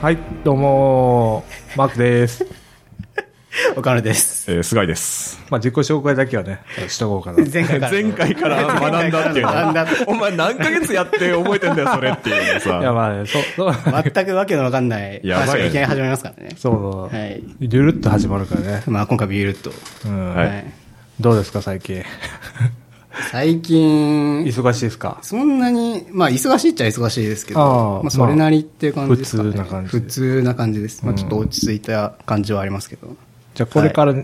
はい、どうもーマークです。岡野です。えー、菅井です。まあ、自己紹介だけはね、しとこうかな。 前回 から。前回から学んだっていうの学んだお前何ヶ月やって覚えてんだよ、それっていうのい や、さ。まあね、そう、そう、 全くわけのわかんないや話ばいがいきなり始まりますからね。そう、はい。ゆるっと始まるからね。まあ今回ビールと。うん。はいはいどうですか、最近。 最近、忙しいですかそんなに、まあ忙しいっちゃ忙しいですけど、ああまあそれなりっていう感じですかね。まあ普通な感じ普通な感じです。まあちょっと落ち着いた感じはありますけど。じゃあ、これから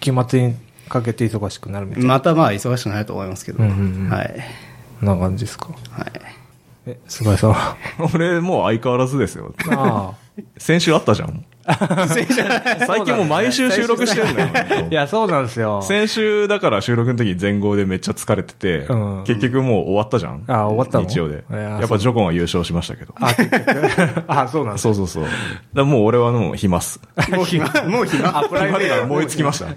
期末にかけて忙しくなるみたいまたまあ忙しくないと思いますけど。うはんいうんうん。はい。な感じですか。 え、菅井さんは。俺もう相変わらずですよ。 あ先週あったじゃん。最近もう毎週収録してるんだ あ。いよ。や、そうなんですよ。先週だから収録の時に前後でめっちゃ疲れててうん、結局もう終わったじゃん。あ終わったの日曜で。いややっぱジョコンは優勝しましたけど。あ、結局 あ、そうなんですそうそうそう。だからもう俺はもう暇っす。もう暇、もう暇。プライベート暇だから燃え尽きました。あ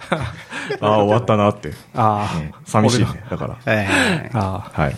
あ、終わったなって。 あうん寂しいね。だから。はいはいはい。あ。はい。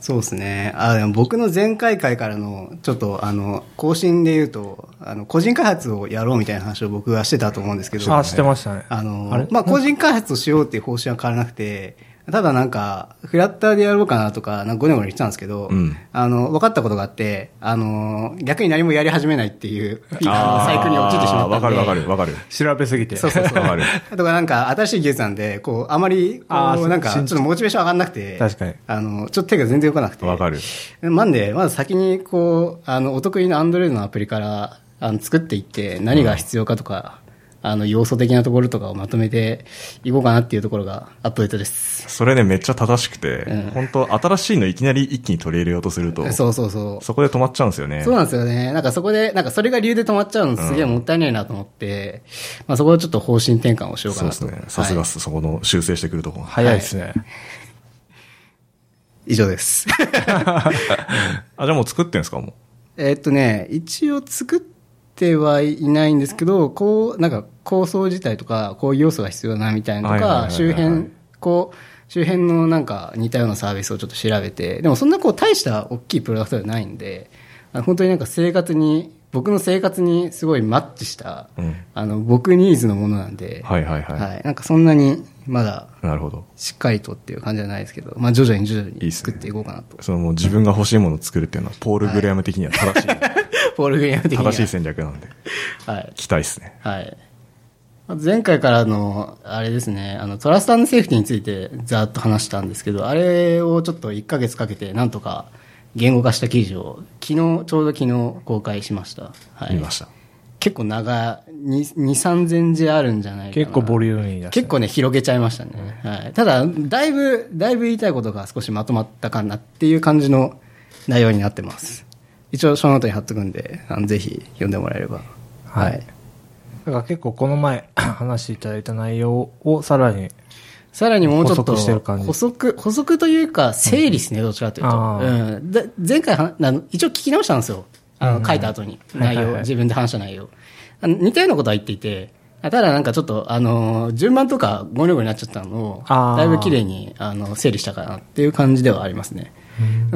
そうですね。あでも僕の前回回からの、ちょっと、あの、更新で言うと、あの、個人開発をやろうみたいな話を僕はしてたと思うんですけど、あ、あ、してましたね。あの、あれまあ、個人開発をしようっていう方針は変わらなくて、ただなんか、フラッターでやろうかなとか、なんかごねごね言ってたんですけど、うんあの、分かったことがあって、あの、逆に何もやり始めないっていう、あのサイクルに落ちてしまったんで。わかるわかるわかる。調べすぎて。そうそうそう。わかるあとはなんか、新しい技術なんで、こう、あまり、こあーそうう、なんか、ちょ新っとモチベーション上がんなくて、確かにあの、ちょっと手が全然動かなくて。わかる。なんで、まず先に、こう、あの、お得意の Android のアプリから、あの、作っていって、何が必要かとか、あの、要素的なところとかをまとめていこうかなっていうところがアップデートです。それね、めっちゃ正しくて、うん本当新しいのいきなり一気に取り入れようとすると、そうそうそう。そこで止まっちゃうんですよね。そうなんですよね。なんかそこで、なんかそれが理由で止まっちゃうのすげえもったいないなと思って、まあそこをちょっと方針転換をしようかそうなでと。すね。さすがっす、そこの修正してくるとこ。早いですね。以上です。あ、じゃあもう作ってんすかもえーっとね、一応作ってはいないんですけど、こう、なんか構想自体とか、こういう要素が必要だなみたいなのとはいはいはか、いはい周辺、こう、周辺のなんか似たようなサービスをちょっと調べて、でもそんなこう大した大きいプロダクトじゃないんで、あの本当になんか生活に、僕の生活にすごいマッチした、う。うん。あの、僕ニーズのものなんで、はいはいはい。はい。なんかそんなにまだなるほど。しっかりとっていう感じじゃないですけど、まあ徐々に徐々いいにっすね作っていこうかな と。そのもう自分が欲しいものを作るっていうのは、ポール・グレアム的には正しい、ポールグリアム的には。正しい戦略なんで、はい。期待っすね。はい。まず前回からの、あれですね、あの、トラストセーフティについてざーっと話したんですけど、あれをちょっと1ヶ月かけて、なんとか言語化した記事を、昨日、ちょうど昨日公開しました。はい。見ました。結構長い、2、3000字あるんじゃないかな。結構ボリューミーだし。結構ね、広げちゃいましたね。はい。ただ、だいぶ、だいぶ言いたいことが少しまとまったかなっていう感じの内容になってます。一応、その後に貼っとくんで、あのぜひ読んでもらえれば。はいはいだから結構この前 話していただいた内容をさらに、さらにもうちょっと補足してる感じ補足、補足というか、整理ですね、どちらかというあーと。うん、で前回はあの、一応聞き直したんですよ。あの書いた後に、はいは内いはい容、自分で話した内容。あの似たようなことは言っていて、ただなんかちょっと、あの、順番とかゴニョゴニョになっちゃったのを、あーだいぶ綺麗にあの整理したかなっていう感じではありますね。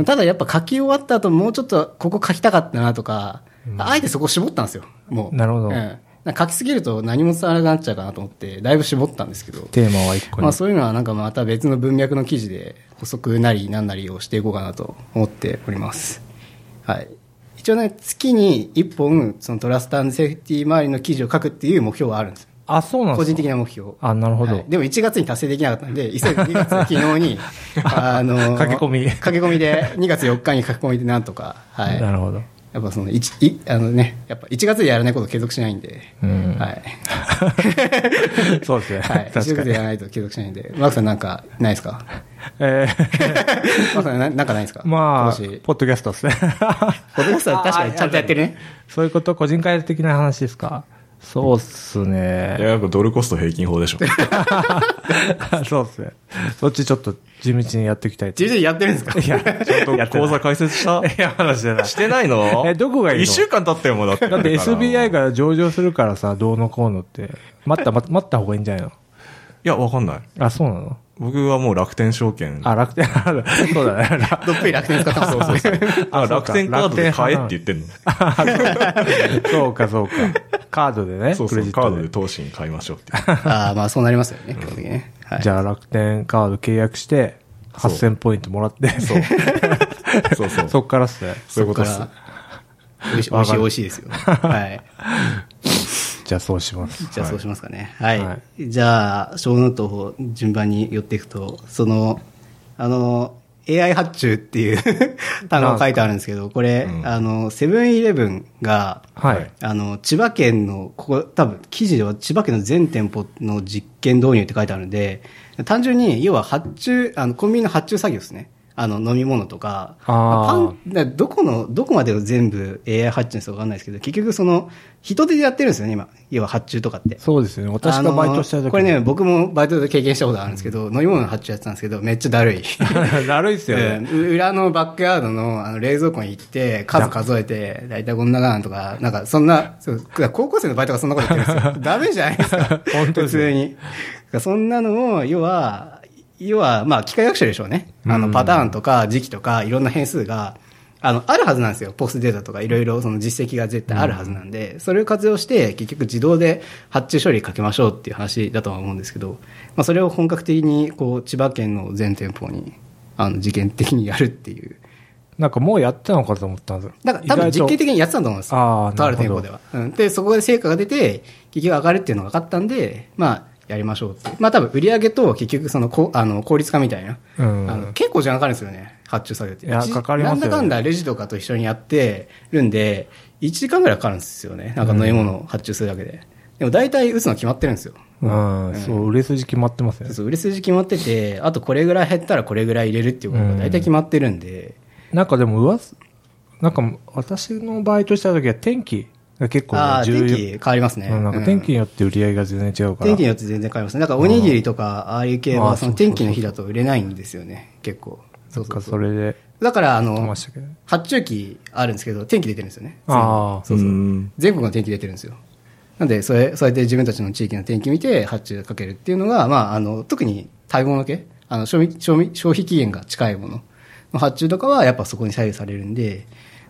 ただやっぱ書き終わった後、もうちょっとここ書きたかったなとか、あえてそこ絞ったんですよ、もう。なるほどうんなんか書きすぎると何も伝わらなくなっちゃうかなと思って、だいぶ絞ったんですけど。テーマは一個に。まあ、そういうのはなんかまた別の文脈の記事で補足なりなんなりをしていこうかなと思っております。はい。一応ね、月に1本、そのトラストセーフティー周りの記事を書くっていう目標はあるんです。あ、そうなん個です人か的な目標。あ、なるほど。はいでも1月に達成できなかったんで、急いで2月の昨日 に、あの、駆け込み駆け込みで、2月4日に駆け込みでなんとか、はい。なるほど。やっぱその、いちいあのね、やっぱ1月でやらないことを継続しないんで、うんはい。そうですね。はい。 確中か学でに。やらないと継続しないんで。マークさんなんか、ないですかえー マ ークさんななんかないですかまあ、今年ポッドキャストですね。 ポッドキャストは確かにちゃんとやってるね。そういうこと、個人開発的な話ですか。そうっすいや、ね。 やっぱドルコスト平均法でしょ。そうっすね。そっちちょっと地道にやっていきたいと。地道にやってるんですかいや、ちょっちゃんと講座開設した いや、話じゃない。してないのえどこがいいの一週間経ったよ、もうだって。だってから SBI が上場するからさ、どうのこうのって。待った、待待った方がいいんじゃないのいや、わかんない。あ、そうなの僕はもう楽天証券。あ、楽天、そうだね。 どっぷり楽天使ってます。そうそうそう。あ、そうか楽天カードで買えって言ってんの。そうか、そうか。カードでね、そうクそレう、ジッカートドでで。投資に買いましょうって。 ああ、まあそうなりますよね、基本的にね。はい。じゃあ楽天カード契約して、そう8000ポイントもらって、そう。そうそう。 そっからっすね。そういうことですそ。っから美味しい、美味しい、美味しいですよ。はい。じゃあそうします。じゃあそうしますかね。はい。はじゃあ、小ノートを順番に寄っていくと、その、あの、AI 発注っていう 単語が書いてあるんですけど、これ、あの、セブンイレブンが、はい。あの、千葉県の、ここ、多分、記事では千葉県の全店舗の実験導入って書いてあるんで、単純に、要は発注、あの、コンビニの発注作業ですね。あの、飲み物とか、あーパン、だからどこの、どこまでを全部 AI 発注にするかわかんないですけど、結局その、人手でやってるんですよね、今。要は発注とかって。そうですね。私がバイトしたあ時のにこれね、僕もバイトで経験したことあるんですけど、飲み物の発注やってたんですけど、めっちゃだるい。 だるいっすよね。うん裏のバックヤードのあの冷蔵庫に行って、数数えて、だいたいこんなかなとか、なんかそんな、そう高校生のバイトがそんなこと言ってるんですよ。ダメじゃないですか。 本当普ですよ通に。そんなのを、要は、要は、まあ、機械学習でしょうね。あの、パターンとか時期とか、いろんな変数が、あの、あるはずなんですよ。ポスデータとか、いろいろその実績が絶対あるはずなんで、それを活用して、結局自動で発注処理かけましょうっていう話だとは思うんですけど、まあ、それを本格的に、こう、千葉県の全店舗に、あの、事件的にやるっていう。なんかもうやってたのかと思ったんですよだから多分意外と実験的にやってたと思うんですよ。あーとあるなる店ほ舗どでは、うん。で、そこで成果が出て、結局上がるっていうのが分かったんで、まあ、やりましょうって。まあ多分売り上げと結局そのこあの効率化みたいな、うんあの。結構時間かかるんですよね。発注作業って。いや一時かかりますよねなんだかんだレジとかと一緒にやってるんで、1時間ぐらいかかるんですよね。なんか飲み物を発注するだけで。でも大体打つの決まってるんですよ。うん、そう、売れ筋決まってますねそう。そう売れ筋決まってて、あとこれぐらい減ったらこれぐらい入れるっていうことが大体決まってるんで、なんかでも、うわす、なんか私のバイトした時は天気が結構ね、ああ、天要気変わりますね。うんなんか天気によって売り上げが全然違うから。天気によって全然変わりますね。だからおにぎりとか、ああいう系あは、あそそうのそうそう天気の日だと売れないんですよね、結構。そなうんそかうそそう。れで、だから、あまのしたけどね、発注機あるんですけど、天気出てるんですよね。ああ、そうそう。全国の天気出てるんですよ。なんで、それ、そうやって自分たちの地域の天気見て発注かけるっていうのが、まあ、あの、特に食べ物系、あの、賞味、賞味、消費期限が近いものの発注とかは、やっぱそこに左右されるんで、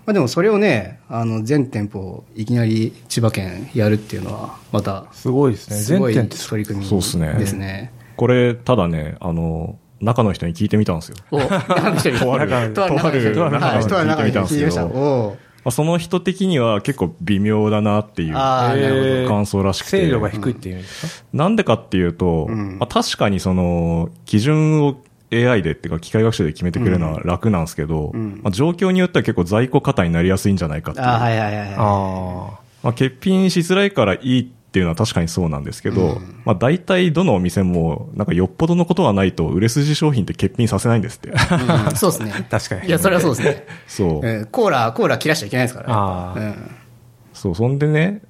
まあでもそれをね、あの、全店舗、いきなり千葉県やるっていうのは、また、すごいですね。す全ごい店って取り組みそうでっすすねね。これ、ただね、あの、中の人に聞いてみたんですよ。お、中の人に。とあるとある中の人に。とあるはいとある中の人に聞いてみました。聞いてみたんですけどおーまあその人的には結構微妙だなっていうあーなるほどえー感想らしくて。精度が低いっていうんですか、なんでかっていうと、んまあ、確かにその、基準を AI でっていうか機械学習で決めてくれるのは楽なんですけど、んまあ、状況によっては結構在庫型になりやすいんじゃないかっていう。あー、はいはいはいはい。あまあ、欠品しづらいからいいっていうのは確かにそうなんですけど、まあ、大体どのお店も、なんかよっぽどのことがないと売れ筋商品って欠品させないんです って。うんそうですね。確かにいや、それはそうですね。そう。うんコーラ、コーラ切らしちゃいけないですから。あーうんそう、そんでね、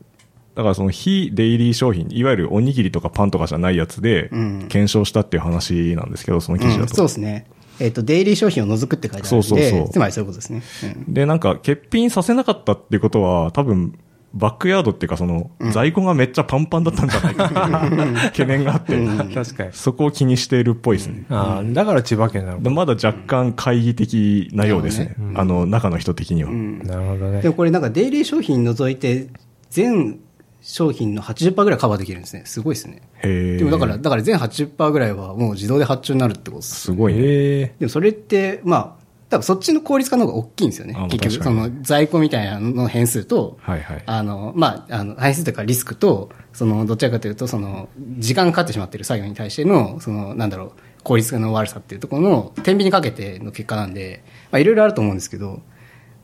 だからその非デイリー商品、いわゆるおにぎりとかパンとかじゃないやつでうん、検証したっていう話なんですけど、その記事うだんそと。うですね。えっと、デイリー商品を除くって書いてあるんで、そうそうそうつまりそういうことですね。うんで、なんか、欠品させなかったっていうことは、多分、バックヤードっていうか、その、在庫がめっちゃパンパンだったんじゃないかって いう懸念があって、あ、 確かに。そこを気にしているっぽいですね。ああ、だから千葉県なのでか。まだ若干懐疑的なようですね。あの、中の人的には。なるほどねで。もこれなんかデイリー商品除いて、全商品の80%ぐらいカバーできるんですね。すごいですね。へえ。でもだから、だから全80%ぐらいはもう自動で発注になるってことです。すごいね。ええでもそれって、まあ、多分そっちの効率化の方が大きいんですよねあまあ。結局、確かそにの在庫みたいなのの変数と、はいはいあの、まあ、あの、変数というかリスクと、その、どちらかというと、その、時間がかかってしまっている作業に対しての、その、なんだろう、効率化の悪さっていうところの、天秤にかけての結果なんで、まあ、いろいろあると思うんですけど、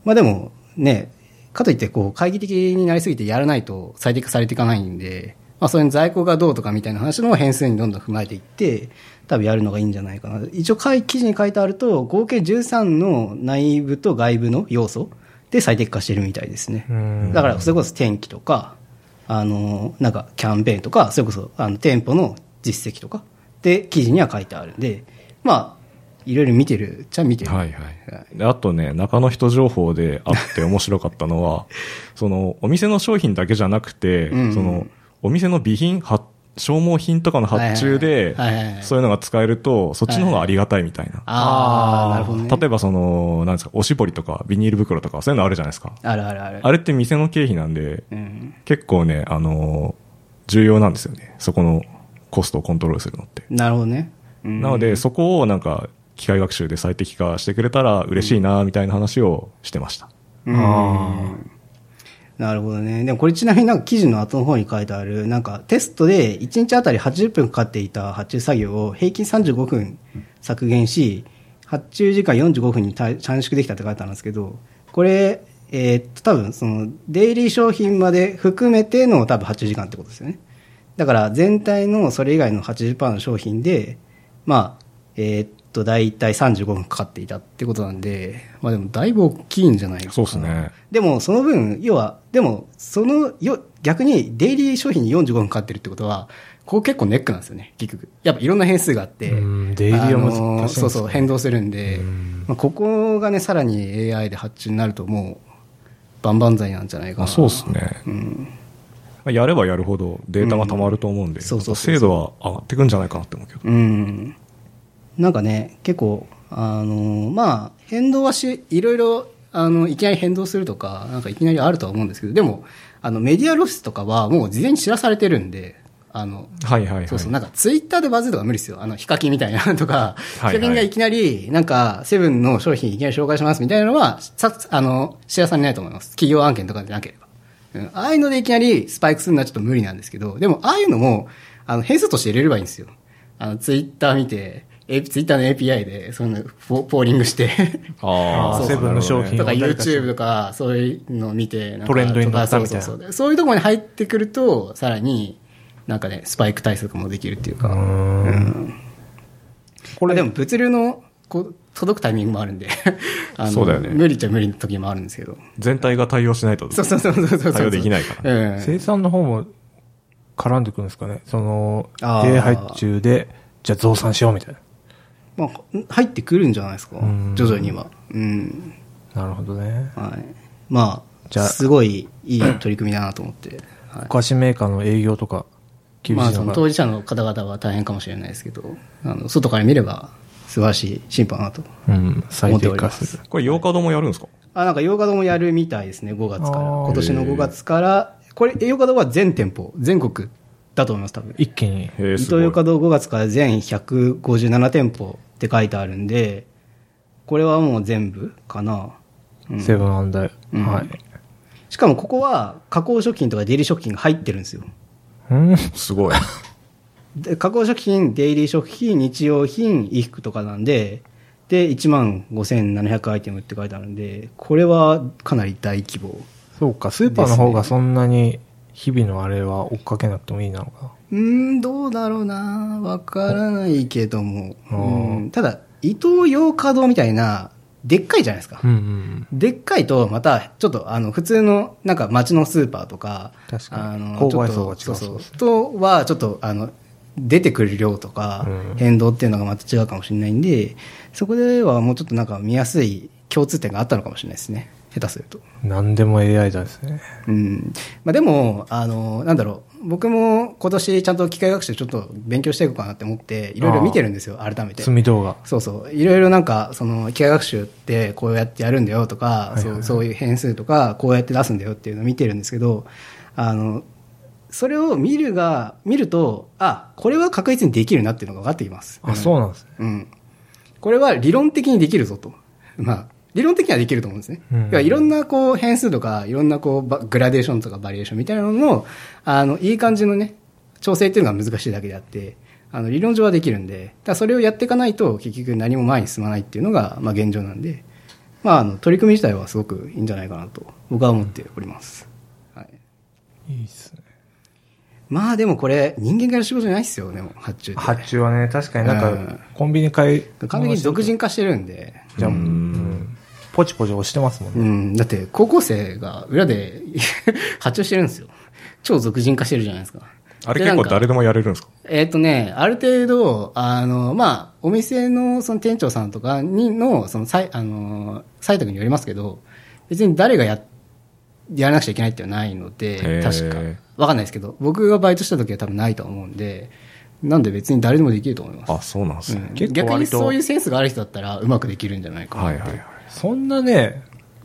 まあでも、ね、かといって、こう、懐疑的になりすぎてやらないと最適化されていかないんで、まあ、そういう在庫がどうとかみたいな話の変数にどんどん踏まえていって、多分やるのがいいんじゃないかな。一応、会記事に書いてあると、合計13の内部と外部の要素で最適化してるみたいですね。うんだから、それこそ天気とか、あの、なんか、キャンペーンとか、それこそ、あの、店舗の実績とか、で、記事には書いてあるんで、まあ、いろいろ見てるっちゃ見てる。はいはい。であとね、中の人情報であって面白かった のは、その、お店の商品だけじゃなくて、うんその、お店の備品、は、消耗品とかの発注ではいはいはい、そういうのが使えると、そっちの方がありがたいみたいな。ああ、なるほどね。例えばその、なんですか、おしぼりとかビニール袋とか、そういうのあるじゃないですか。あるあるある。あれって店の経費なんで、うん。結構ね、あのー重要なんですよね。そこのコストをコントロールするのって。なるほどね。うんなので、そこをなんか、機械学習で最適化してくれたら嬉しいな、みたいな話をしてました。うんなるほどね。でもこれちなみになんか記事の後の方に書いてある、なんかテストで1日あたり80分かかっていた発注作業を平均35分削減し、発注時間45分に短短縮できたって書いてあるんですけど、これ、えーっと、多分その、デイリー商品まで含めての多分発注時間ってことですよね。だから全体のそれ以外の80%の商品で、まあ、えーっと、だいたい35分かかっていたってことなんで、まあでもだいぶ大きいんじゃないかな。そうですね。でも、その分、要は、でも、その、よ、逆に、デイリー商品に45分かかってるってことは、ここ結構ネックなんですよね、結局。やっぱいろんな変数があって。うんデイリーは難しいあのでーすねそうそう、変動するんでうん、まあ、ここがね、さらに AI で発注になると、もう、万々歳なんじゃないかあな。そうですね。まあやればやるほどデータが溜まると思うんで、んそうそうそうそう精度は上がってくんじゃないかなって思うけど。うん。なんかね、結構、あの、まあ、変動はし、いろいろ、あの、いきなり変動するとか、なんかいきなりあるとは思うんですけど、でも、あの、メディアロスとかはもう事前に知らされてるんで、あの、はいはいはい。そうそう、なんかツイッターでバズるとか無理ですよ。あの、ヒカキンみたいなのとか、はいはいヒカキンがいきなり、なんか、セブンの商品いきなり紹介しますみたいなのは、さ、あの、知らされないと思います。企業案件とかでなければ。うん、ああいうのでいきなりスパイクするのはちょっと無理なんですけど、でも、ああいうのも、あの、変数として入れればいいんですよ。あの、ツイッター見て、えツイッターの API で、そういうのフォ、ポーリングして、あああ、ーセブンの商品とかわかるかしら YouTube とかそういうのを見てなんかトレンドに乗ったみたいなそうそうそうそういうところに入ってくるとさらになんかねスパイク対策もできるっていうか、これでも物流のこう届くタイミングもあるんであのそうだよね無理っちゃ無理の時もあるんですけど全体が対応しないと。そうそうそうそうそうそう、対応できないからうん、生産の方も絡んでくるんですかね。その、あー A 発注で、じゃあ増産しようみたいな。まあ、入ってくるんじゃないですかん徐々にはうんなるほどね。はいまあじゃあすごいいい取り組みだなと思って、はいお菓子メーカーの営業とか、厳ましあ、いそのかのな当事者の方々は大変かもしれないですけど、あの外から見れば素晴らしい審判だなと。うん、最適化する。これ8日どもやるんですかあ、なんか、洋画堂もやるみたいですね、5月から。あー今年の5月から、これ、洋画堂は全店舗、全国だと思います、多分。一気に。へえ、伊す東ごい洋華堂5月から全157店舗って書いてあるんで、これはもう全部かな。セブンアンダー。うんはい。しかもここは加工食品とかデイリー食品が入ってるんですよ。うん。すごい。で加工食品、デイリー食品、日用品、衣服とかなんで、で、1万5700アイテムって書いてあるんで、これはかなり大規模。そうか、スーパーの方がそんなに日々のあれは追っかけなくてもいいなのかな。うーん、どうだろうなわからないけども。あーうんただ、伊東洋華堂みたいな、でっかいじゃないですか。うんうん。でっかいと、また、ちょっと、あの、普通の、なんか、町のスーパーとか、確かにあの、購買層がちょっと違うそそううでそすう。とは、ちょっと、あの、出てくる量とかうん、変動っていうのがまた違うかもしれないんで、そこではもうちょっとなんか見やすい共通点があったのかもしれないですね。下手すると。何でも AI だですね。うん。まあでも、あの、なんだろう。僕も今年ちゃんと機械学習ちょっと勉強していこうかなって思って、いろいろ見てるんですよ、改めて。積み動画。そうそう。いろいろなんか、その、機械学習ってこうやってやるんだよといか、はいそうそういう変数とか、こうやって出すんだよっていうのを見てるんですけど、あの、それを見るが、見ると、あ、これは確実にできるなっていうのが分かってきます。あ、そうなんですね。うん。これは理論的にできるぞと。まあ、理論的にはできると思うんですね。うん要はいろんなこう変数とか、いろんなこうばグラデーションとかバリエーションみたいなのの、あの、いい感じのね、調整っていうのが難しいだけであって、あの、理論上はできるんで、ただそれをやっていかないと結局何も前に進まないっていうのが、まあ現状なんで、まあ、あの、取り組み自体はすごくいいんじゃないかなと、僕は思っております。はい。いいっすね。まあでもこれ、人間から仕事じゃないですよ、でも、発注って。発注はね、確かになうんんか、コンビニ買い、完璧に独自化してるんで、じゃあ、うんポチポチ押してますもんうね。ん、だって高校生が裏で 発注してるんですよ。超俗人化してるじゃないですか。あれで結な構んか誰でもやれるんですかえっ、とね、ある程度、あの、まあ、お店のその店長さんとかにの、その、さいあの、採択によりますけど、別に誰がやっやらなくちゃいけないっていうのはないのでへー、確か。わかんないですけど、僕がバイトした時は多分ないと思うんで、なんで別に誰でもできると思います。あ、そうなんですうね。ん結構逆に割とそういうセンスがある人だったらうまくできるんじゃないかな。はいはいはい。そんなね、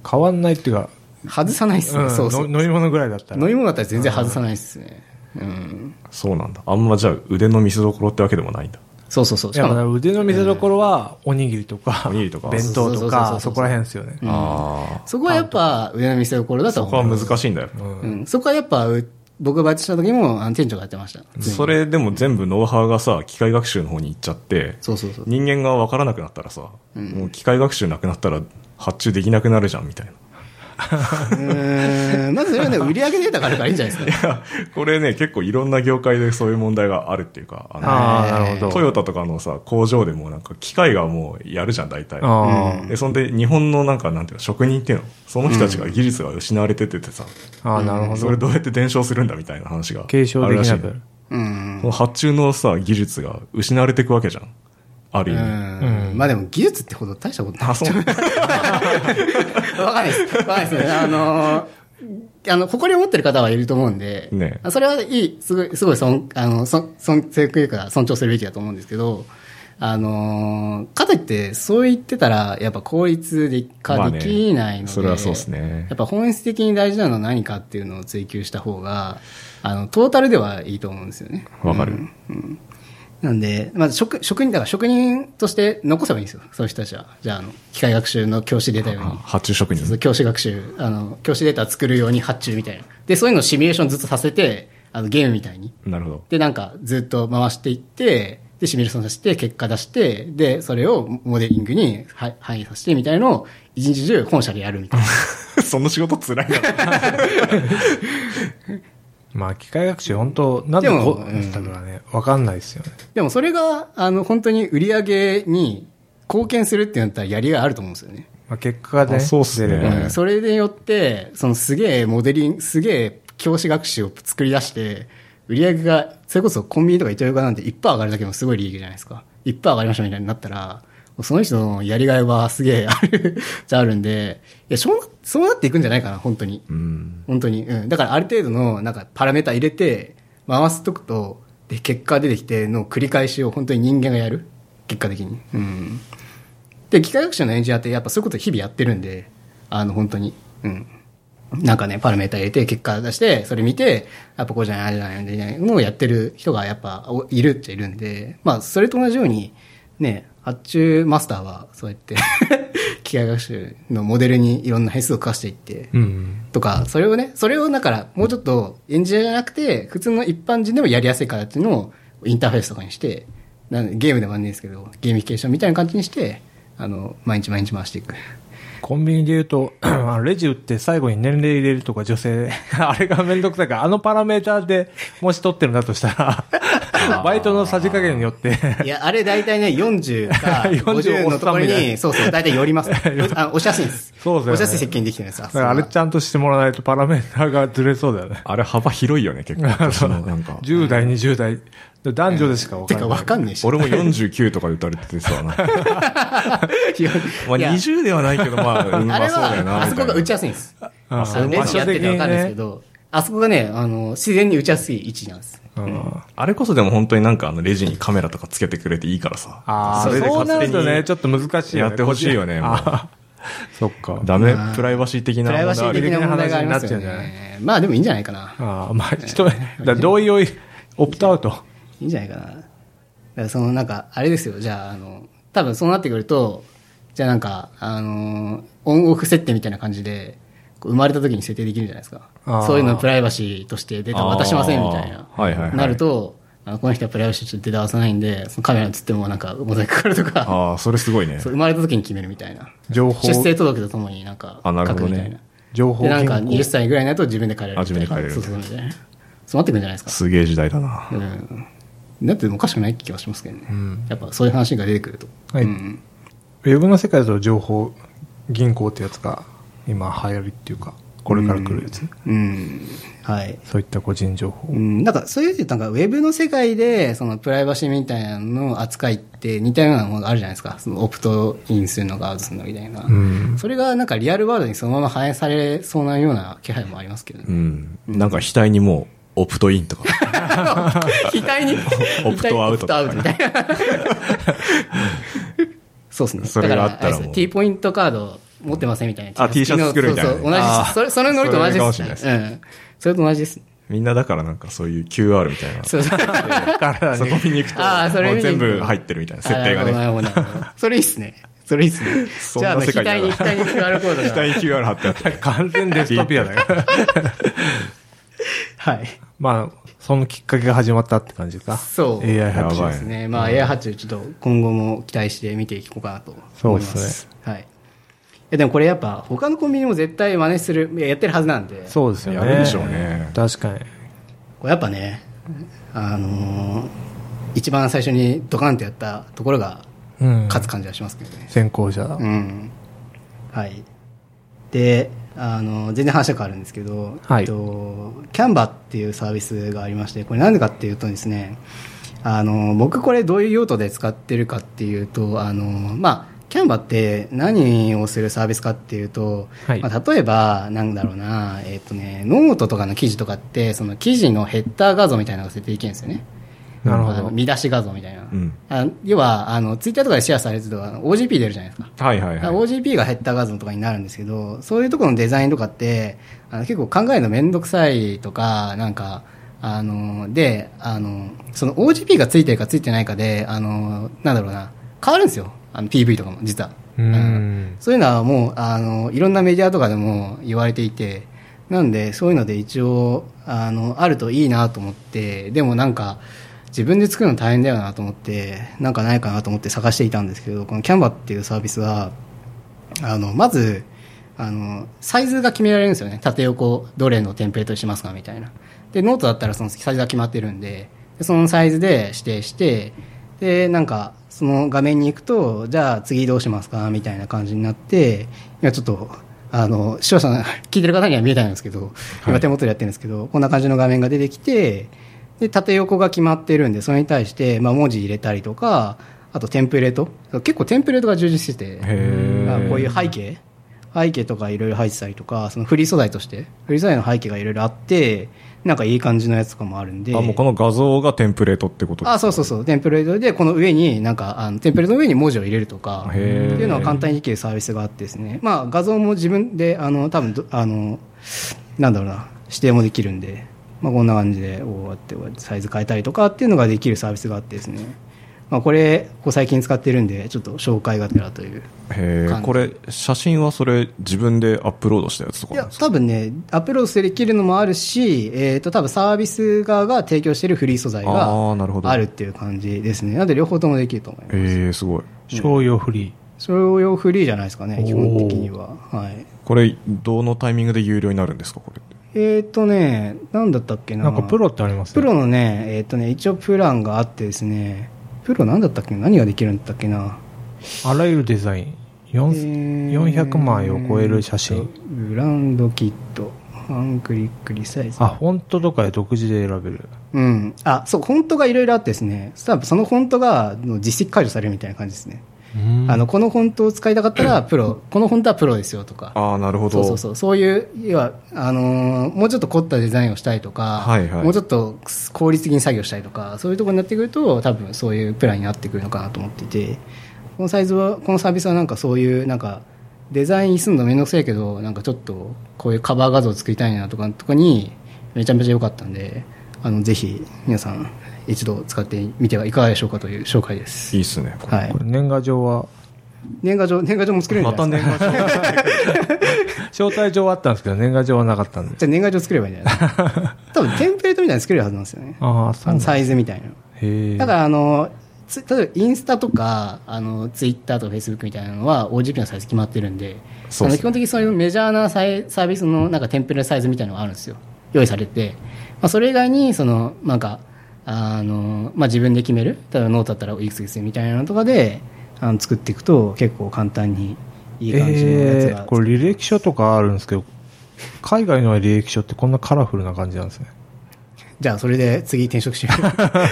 変わんないっていうか、外さないっすね、うんそうそう。の飲み物ぐらいだった飲ら。み物だったら全然外さないっすね。うん。そうなんだ。あんまじゃあ腕の見せ所ってわけでもないんだ。そうそうそう。いしかやまあも、腕の見せ所は、おにぎりとか、おにぎりとか弁当とそうそうそうそうそか、うそこら辺ですよね。ああ。そこはやっぱ腕の見せ所だとここは思う。難しいんだよ。うん。そこはやっぱ、う僕がバイトした時もあの店長がやってました。それでも全部ノウハウがさ、機械学習の方に行っちゃって、そうそうそう。人間が分からなくなったらさ、もう機械学習なくなったら発注できなくなるじゃんみたいな。うーんまずそれはね、売り上げデータがあるからいいんじゃないですか。これね、結構いろんな業界でそういう問題があるっていうか、あのああ、なるほど。トヨタとかのさ、工場でもなんか機械がもうやるじゃん、大体。あーで、そんで日本のなんかなんていうの、職人っていうの、その人たちが技術が失われてててさ、あー、なるほそど。れどうやって伝承するんだみたいな話が。継承できなくなる。うんそ。の発注のさ、技術が失われていくわけじゃん。あるう意味。ん。まあでも技術ってほど大したことない。あ、そう。 わかんないです。わかんないですね。あのーあの、誇りを持ってる方はいると思うんで、ねそれはいい、すごい、すごい尊、あの、尊、尊敬というか尊重するべきだと思うんですけど、あのーかといって、そう言ってたら、やっぱ効率でまかあでねきないので、それはそうっすねやっぱ本質的に大事なのは何かっていうのを追求した方が、あの、トータルではいいと思うんですよね。わかるうんなんで、まあ、職、職人、だから職人として残せばいいんですよ。そういう人たちは。じゃあ、あの、機械学習の教師出たように。発注職そう人。教師学習、あの、教師データ作るように発注みたいな。で、そういうのをシミュレーションずっとさせて、あの、ゲームみたいに。なるほど。 で、なんか、ずっと回していって、で、シミュレーションさせて、結果出して、で、それをモデリングには反映させてみたいのを、一日中本社でやるみたいな。その仕事辛 いな。まあ、機械学習、本当なんでこでもううんしたからね、わかんないですよね。でも、それが、あの、本当に売り上げに貢献するっていうのだったら、やりがいあると思うんですよね。まあ、結果がね、あそうっすね出ればはいうんそれによって、そのすげえモデリング、すげえ教師学習を作り出して、売り上げが、それこそコンビニとかイトーヨーカなんて1%上がるだけでもすごい利益じゃないですか。1%上がりましたみたいになったら、その人のやりがいはすげえある、じゃあるんで、いや、そうなそうなっていくんじゃないかな、本当に。うん。本当に。うん。だからある程度の、なんかパラメータ入れて、回すとくと、で、結果が出てきての繰り返しを本当に人間がやる。結果的に。うん。で、機械学習のエンジニアってやっぱそういうこと日々やってるんで、あの、本当に。うん。なんかね、パラメータ入れて、結果出して、それ見て、やっぱこうじゃない、ああじゃない、ああじゃないのをやってる人がやっぱおいるっちゃいるんで、まあ、それと同じように、ね、発注マスターは、そうやって、 機械学習のモデルにいろんな変数を課していって、うん。とか、それをね、それをだから、もうちょっとエンジニアじゃなくて、普通の一般人でもやりやすいからっていうのをインターフェースとかにして、なんゲームでもあんねんですけど、ゲーミフィケーションみたいな感じにして、あの、毎日毎日回していく。コンビニで言うと、 あのレジ打って最後に年齢入れるとか女性、 あれがめんどくさいから、あのパラメーターでもし取ってるんだとしたら、バイトのさじ加減によって、いや、あれ大体ね、40か50 40のとおっさころんみたいに、なそうそう、大体寄りますね。あの押しやすいんです。そうですよね押しやすい設計にできてるんです。だからあれちゃんとしてもらわないとパラメーターがずれそうだよね。あれ幅広いよ ね、結構。私のなんか。 10代、20代、男女でしか分てからか、なわい。かんねえし。俺も49とかで打たれて てさ、なんかいやまあいや20ではないけど、まあ、うんまあれあそうだよな。は、あそこが打みちやすいんです。うんあのレジやっててわかるんです場所的にねけど、あそこがね、あの、自然に打ちやすい位置なんです。うんあれこそでも本当になんかあのレジにカメラとかつけてくれていいからさ。ああ、れでそうな勝手るにとね、ちょっと難しいよね。やってほしいよねもうあーそっか。ダメ、プライバシー的なプライバシー問題ある的よなね問題がありますよ話になっちゃうんね。まあでもいいんじゃないかな。ああ、まあ、人目、だから同意をい、オプトアウト。いいんじゃないかな。だからそのなんか、あれですよ、じゃあ、あの、多分そうなってくると、じゃあなんか、あの、オンオフ設定みたいな感じで、こう生まれた時に設定できるじゃないですかあ。ーそういうのプライバシーとしてデータ渡しませんみたいな。あーはいはいはいなると、あのこの人はプライバシーとしてデータ渡さないんで、そのカメラ映ってもなんかモザイクかかるとか、ああ、それすごいね。そう生まれた時に決めるみたいな。情報出生届とともになんかあなる書ほどくねみたいな。情報で、なんか銀行20歳ぐらいになると自分で変えられるみたいな。あ自分で変えれるそうそうそうみたいな。そうなってくるんじゃないですか。すげえ時代だな。うんだっておかしくない気がしますけどね、やっぱそういう話が出てくると、はいうんウェブの世界だと情報銀行ってやつが今流行りっていうか、これから来るやつ。うん。はい。そういった個人情報う。ん、なんかそういう意味でなんかウェブの世界でそのプライバシーみたいなのの扱いって似たようなものがあるじゃないですかそのオプトインするのかアウトするのかみたいな、うん。それがなんかリアルワールドにそのまま反映されそうなような気配もありますけどねうん。なんか額にもう、オプトイ ンとか。額に オプトアウトとかオプみたいなそうですねそれがあっただかあれらもうです T ポイントカード持ってませんみたいなあ T シャツ作るみたいなねそうそう同じあーそれそれのノリと同じそれかもですねしれないですうんそれと同じですみんなだからなんかそういう QR みたいな。 そうそうからそこ見に行くあーそと、れも見うに行く全部入ってるみたいな設定があなね。るほどなるほどそれいいっすね。それいいっすね。そんじゃあ、な世額界だなに、額に QR コード額が。 に QR 貼ってあって。完全デストピアだよ。はい。まあ、そのきっかけが始まったって感じか。そう。 AI 発やばいですね。まあ、AI 発注ちょっと今後も期待して見ていこうかなと思います。そうですね。はい。いやでもこれやっぱ他のコンビニも絶対真似する、いややってるはずなんで、そうですよね。やるでしょうね確かに。これやっぱね、あのー一番最初にドカンってやったところがうん。勝つ感じがしますけどね。先行者。うん。はい。で、あの、全然話は変わるんですけど、はいえっと、キャンバっていうサービスがありまして、これなんでかっていうとですね、あの、僕これどういう用途で使ってるかっていうと、あの、まあ、キャンバって何をするサービスかっていうと、はいまあ、例えば、なんだろうな、えっ、とね、ノートとかの記事とかって、その記事のヘッダー画像みたいなのが設定できるんですよね。なるほあのど。見出し画像みたいな。うんあ要は、あの、ツイッターとかでシェアされてると、あの OGP 出るじゃないですか。はいはいはい。 OGP がヘッダー画像とかになるんですけど、そういうところのデザインとかって、あの結構考えるのめんどくさいとか、なんか、あの、で、あの、その OGP がついてるかついてないかで、あの、なんだろうな、変わるんですよ。あの PV とかも、実は。ううんん。そういうのはもう、あの、いろんなメディアとかでも言われていて、なんで、そういうので一応、あの、あるといいなと思って、でもなんか、自分で作るの大変だよなと思って、なんかないかなと思って探していたんですけど、このキャンバっていうサービスは、あの、まず、あの、サイズが決められるんですよね。縦横、どれのテンプレートにしますかみたいな。で、ノートだったらそのサイズが決まってるんで、でそのサイズで指定して、で、なんか、その画面に行くと、じゃあ次どうしますかみたいな感じになって、今ちょっと、あの、視聴者の、聞いてる方には見えないんですけど、今手元でやってるんですけど、こんな感じの画面が出てきて、で縦横が決まってるんでそれに対して、まあ、文字入れたりとかあとテンプレート結構テンプレートが充実しててまあこういう背景背景とかいろいろ入ってたりとかそのフリー素材としてフリー素材の背景がいろいろあってなんかいい感じのやつとかもあるんであ、もうこの画像がテンプレートってことあそうそうそうテンプレートでこの上になんかあのテンプレートの上に文字を入れるとかってへーいうのは簡単にできるサービスがあってですね、まあ、画像も自分であの多分どあのなんだろうな指定もできるんで、まあ、こんな感じでこうやってこうやってサイズ変えたりとかっていうのができるサービスがあってですね、まあ、これここ最近使ってるんでちょっと紹介がてらというへ感え、じこれ、写真はそれ自分でアップロードしたやつとかいなんやですか多分ねアップロードできるのもあるし、えー、と多分サービス側が提供しているフリー素材あーなるほどがあるっていう感じですねなので両方ともできると思いますへえ、すごい。商用フリ商用フリーじゃないですかねおー基本的にははいこれ、どのタイミングで有料になるんですか、これって。えっ、ー、とね何だったっけー。ななんかプロってありますプねロのねえっ、とね一応プランがあってですねプロ何だったっけ何ができるんだったっけなあらゆるデザイン。え4 400 400枚を超える写真。ブランドキットワンクリックリサイズあ、フォントとかで独自で選べる。うんあそうフォントがいろいろあってですねそしたらそのフォントが実績解除されるみたいな感じですね、あのこのフォントを使いたかったらプロこのフォントはプロですよとかああ、なるほそど。うそうそうそういう要はあのーもうちょっと凝ったデザインをしたいとか、はいはいもうちょっと効率的に作業したいとかそういうところになってくると多分そういうプランになってくるのかなと思っていてこのサイズはこのサービスはなんかそういうなんかデザインするの面倒くせえけどなんかちょっとこういうカバー画像を作りたいなとかのとこにめちゃめちゃ良かったんであのぜひ皆さん一度使ってみてはいかがでしょうかという紹介です。いいっすね。これはいこ、れ年賀状 は、年賀状年賀状も作れるんじゃないですか、招待状はあったんですけど、年賀状はなかったんで。じゃあ年賀状作ればいいんじゃないですか多分テンプレートみたいに作れるはずなんですよねああ、そあうのなんだ。サイズみたいなのへえ。だからあのつ例えばインスタとかあのツイッターとかフェイスブックみたいなのは OGP のサイズ決まってるんでそうっあのすね基本的にそういうメジャーなサイサービスのなんかテンプレサイズみたいなのがあるんですよ用意されて、まあ、それ以外にそのなんかあの、まあ、自分で決める例えばノートだったらいくついくつみたいなのとかであの作っていくと結構簡単にいい感じのやつえが、ー、これ履歴書とかあるんですけど、海外の履歴書ってこんなカラフルな感じなんですね。じゃあ、それで次転職しよう。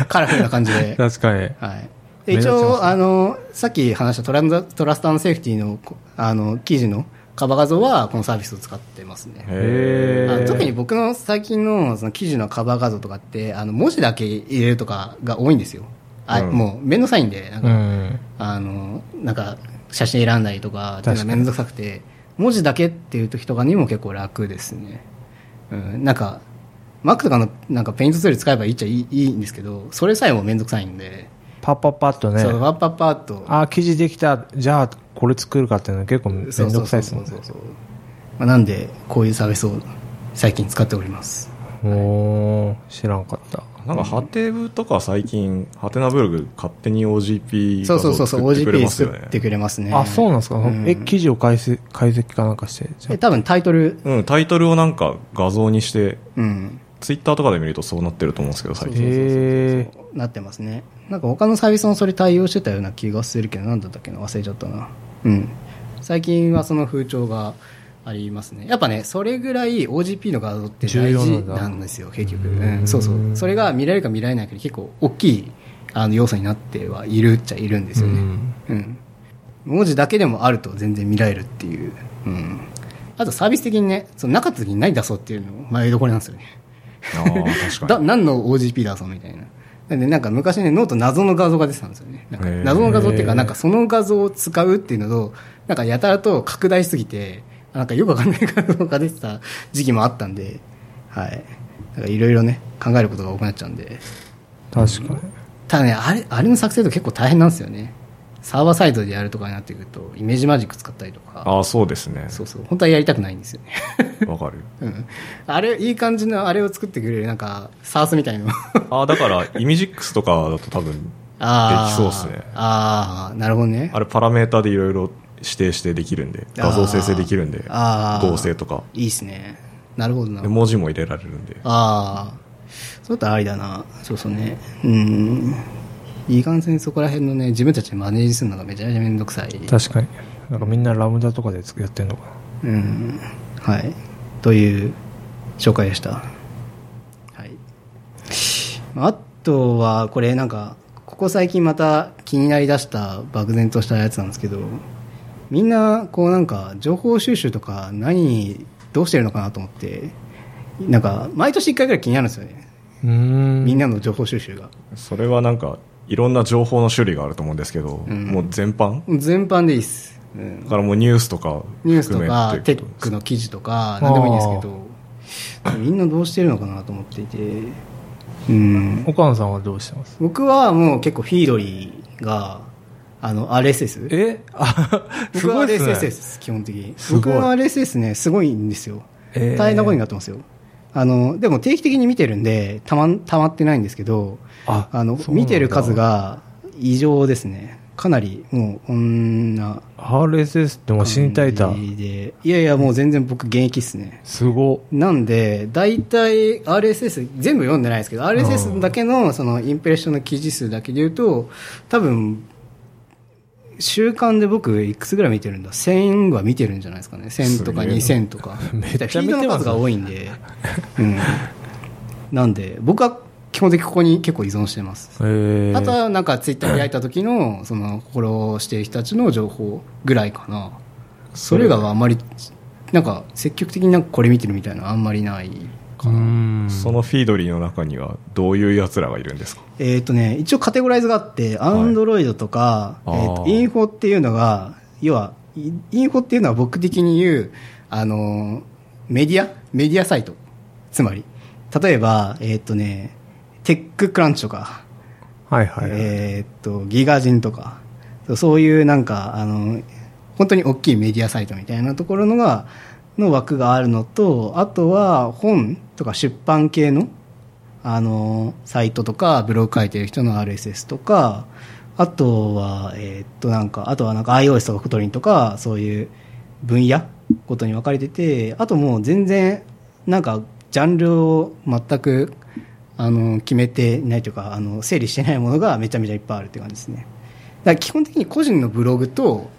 カラフルな感じで。確かに。はい。目で立一ちますね応、あの、さっき話したトランザトラストアンセーフティーの、こあの、記事のカバー画像は、このサービスを使ってますね。へーあ特に僕の最近のその記事のカバー画像とかって、あの、文字だけ入れるとかが多いんですよ。あ、うんもう、面倒くさいんで、なんうか、ん。あの、なんか、写真選んだりとか、っていうの確かはに面倒くさくて、文字だけっていう時とかにも結構楽ですね。うん、なんか、Mac とかの、なんか、ペイントツール使えばいいっちゃいいいいんですけど、それさえも面倒くさいんで、パッパッパッとね。そう、パッパッパッと。あ、生地できた。じゃあ、これ作るかっていうのは結構めんどくさいですもんねそう。そうそうそうまあ、なんで、こういうサービスを最近使っております。おー、知らんかった。なんか、ハテブとか最近、ハテナブログ勝手に OGP そうそうそうそう、OGP ますよ作ってね。くれますね。あ、そうなんですか、うんえ、記事を解析解析かなんかして。じゃえ多分タイトル、うん、タイトルをなんか画像にして、うん、ツイッターとかで見るとそうなってると思うんですけど、最近。えなってますね。なんか他のサービスもそれ対応してたような気がするけど、なんだったっけな、忘れちゃったな。うん。最近はその風潮がありますね。やっぱね、それぐらい OGP の画像って大重要事なんだなんですよ、結局。うん、そうそう。それが見られるか見られないかに結構大きいあの要素になってはいるっちゃいるんですー。うよね。ん。うん、文字だけでもあると全然見られるっていう、うん、あとサービス的にねそのなかった時に何出そうっていうのも迷いどころなんですよねああ、確 かだ何の OGP 出そうみたいななんでなんか昔ねノート謎の画像が出てたんですよねなんかへー謎の画像っていうかなんかその画像を使うっていうのとなんかやたらと拡大しすぎてなんかよくわかんない画像が出てた時期もあったんではいなんかいろいろね考えることが多くなっちゃうんで確かに。ただねあれあれの作成と結構大変なんですよねサーバーサイドでやるとかになってくるとイメージマジック使ったりとに。かああ、そうですね。そうそう本当はやりたくないんですよね、 わかる。うん、あれいい感じのあれを作ってくれるなんか SARS みた いなああ、だから、イミジックスとかだと多分、あーできそうっすねああなるほどねあれパラメータでいろいろ指定してできるんで、画像生成できるんで、あー合成とか、いいっすねなるほどなで文字も入れられるんで。ああそうだったらありだなそうそうねうんいい感じにそこら辺のね自分たちでマネージするのがめちゃめちゃめんどくさい確かに。なんかみんなラムダとかでやってんのかな。うんはい。という紹介でした。はい。あとは、これなんか、ここ最近また気になりだした漠然としたやつなんですけど、みんな、こうなんか、情報収集とか何、どうしてるのかなと思って、なんか、毎年1回ぐらい気になるんですよね。うーん。みんなの情報収集が。それはなんか、いろんな情報の種類があると思うんですけど、んもう全般全般でいいっす。うんだからもうニュースとかニュースとか含めテってこッとクの記事とか何でもいいんですけどみんなどうしてるのかなと思っていてうん岡野さんはどうしてます僕はもう結構フィードリーがあの RSS えあ、す 僕ごはいです RSS ねで。す基本的にすごい僕の RSS ねすごいんですよえー大変なことになってますよあのでも定期的に見てるんでたまたまってないんですけどああのそうなんだ見てる数が異常ですねかなりもうこんな RSS ってもう死に絶えた感。じでいやいや、もう全然僕、現役っすね。すご。なんで、大体 RSS、全部読んでないですけど、RSS だけのそのインプレッションの記事数だけで言うと、多分、週間で僕、いくつぐらい見てるんだ ?1000 は見てるんじゃないですかね。1000とかすげえな2000とか。めっちゃ見てますねフィードの数が多い んで。うん。なんで、僕は基本的にここに結構依存してます。えー、あとはなんかツイッター開いた時の、その、フォローしてる人たちの情報ぐらいかな。それがあんまり、なんか積極的になんかこれ見てるみたいなのあんまりない。うーん。そのフィードリーの中にはどういうやつらがいるんですかえっ、とね、一応カテゴライズがあって、アンドロイドとか、あーえーとインフォっていうのが、要は、イインフォっていうのは僕的に言う、あのー、メディアメディアサイト。つまり。例えば、えっ、とね、テッククランチとか、はいはいはい。えーっと、ギガ人とか、そうそういうなんか、あの、本当に大きいメディアサイトみたいなところのが、の枠があるのと、あとは本とか出版系の、あの、サイトとか、ブログ書いてる人の RSS とか、あとは、えーっと、なんか、あとはなんか iOS とかコトリンとか、そういう分野ごとに分かれてて、あともう全然、なんか、ジャンルを全く、あの決めていないというかあの整理してないものがめちゃめちゃいっぱいあるって感じですねだから基本的に個人のブログと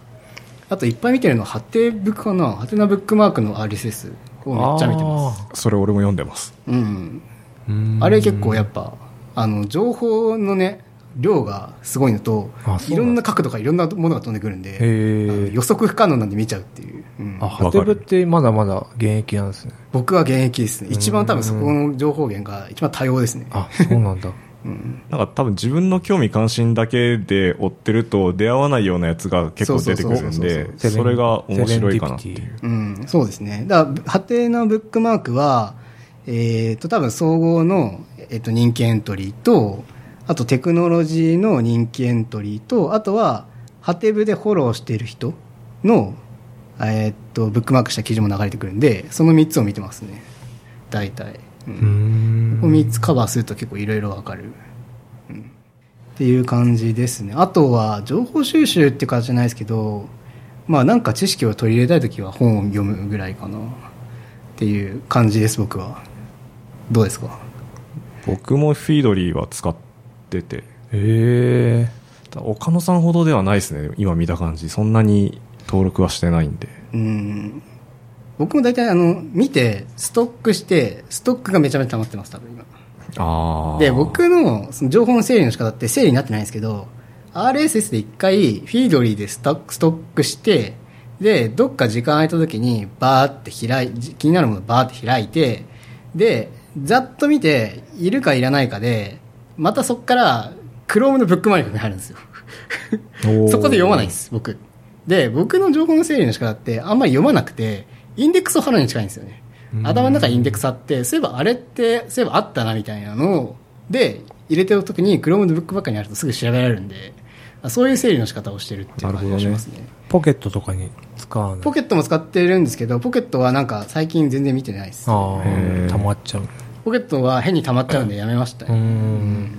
あといっぱい見てるのはハテブックかなハテナブックマークの RSS をめっちゃ見てます。それ俺も読んでます。うん。うんあれ結構やっぱ、あの、情報のね、量がすごいのとあ、そうなんだいろんな角度からいろんなものが飛んでくるんへで、あのえ予測不可能なんで見ちゃうっていう。うんあハテブってまだまだ現役なんですね僕は現役ですね。一番多分そこの情報源が一番多様ですね。あそうなん だうんなんか多分自分の興味関心だけで追ってると出会わないようなやつが結構出てくるんそうそうそうで、そうそれが面白いかなっていう。うん、そうですね。だから、ハテナブックマークは、えっ、と、多分総合の、えっと人気エントリーと、あとテクノロジーの人気エントリーと、あとは、ハテブでフォローしている人の、えっと、ブックマークした記事も流れてくるんで、その3つを見てますね。大体。ううーんここ3つカバーすると結構いろいろわかる、うん。っていう感じですね。あとは、情報収集っていう感じじゃないですけど、まあなんか知識を取り入れたいときは本を読むぐらいかな。っていう感じです、僕は。どうですか僕もフィードリーは使ってて、へえただ岡野さんほどではないですね、今見た感じ。そんなに登録はしてないんで。うん。僕も大体あの、見て、ストックして、ストックがめちゃめちゃ溜まってます、多分今。あーで、僕のその情報の整理の仕方って整理になってないんですけど、RSS で一回フィードリーでストックストックして、で、どっか時間空いた時にバーって開い、じ気になるものバーって開いて、で、ざっと見て、いるかいらないかで、またそこから Chrome のブックマークに入るんですよ。おーそこで読まないんです、僕。で、僕の情報の整理の仕方って、あんまり読まなくて、インデックスを貼るのに近いんですよね。頭の中にインデックス貼って、そういえばあれって、そういえばあったなみたいなのを、で、入れておくときに、Chrome のブックばっかにあるとすぐ調べられるんで、そういう整理の仕方をしてるっていう感じがしますね。ポケットとかに使わないポケットも使ってるんですけど、ポケットはなんか最近全然見てないです。あへあー溜まっちゃうポケットは変に溜まっちゃうんでやめましたうーね。ん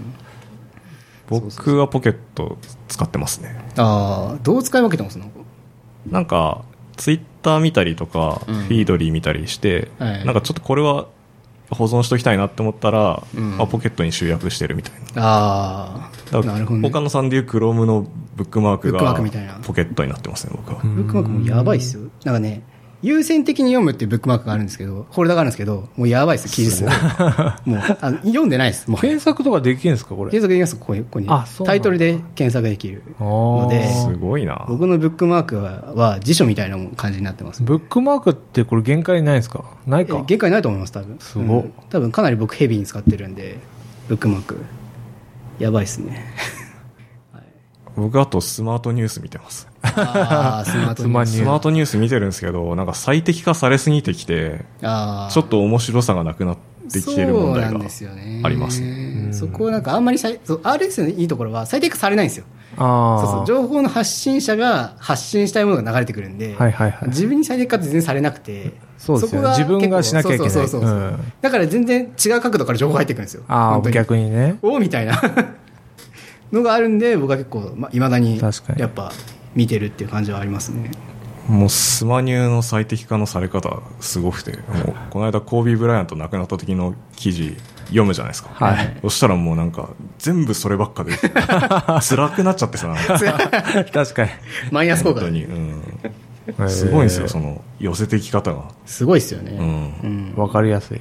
僕はポケット使ってますね。ああ、どう使い分けてますのなんか、ツイッター見たりとか、うんフィードリー見たりして、はいなんかちょっとこれは保存しときたいなって思ったら、うんまあ、ポケットに集約してるみたいな。ああ、だからなるほど、ね。岡野さんでいう Chrome のブックマークブックマーがクみたいなポケットになってますね、僕は。うんブックマークもやばいっすよ。なんかね、優先的に読むっていうブックマークがあるんですけど、フォルダがあるんですけど、もうやばいっすよ、キリス。もうあの、読んでないです。もう、検検索とかできるんですかこれ索できます、ここに。ここにあそうなんタだイトルで検索できる。あーですごいな。僕のブックマークはは辞書みたいなもん感じになってます。ブックマークってこれ限界ないんですかないえか限界ないと思います、多分。すごっうん多分かなり僕ヘビーに使ってるんで、ブックマーク。やばいっすね。 僕あとスマートニュース見てます。ああ、スマートニュースススマートニュース見てるんですけど、なんか最適化されすぎてきて、あーちょっと面白さがなくなってきてる問題そうながんですよねありますうんそこなんかあんまりさいそう RS のいいところは最適化されないんですよそうそあうあ情報の発信者が発信したいものが流れてくるんで、はいはいはい自分に最適化って全然されなくてそうですよねこが自分がしなきゃいけないそうそうそうそううんだから全然違う角度から情報入ってくるんですよあ本当あに逆に ねおみたいなのがあるんで僕は結構いまあ、未だに確かにやっぱ見てるっていう感じはありますねもうスマニューの最適化のされ方すごくて、もうこの間コービー・ブライアント亡くなった時の記事読むじゃないですか。はいそしたらもうなんか全部そればっかで辛くなっちゃってさ、確かにマイナス効本果当に。うんすごいんですよ、その寄せてき方が。すごいですよね、うんうんわかりやすい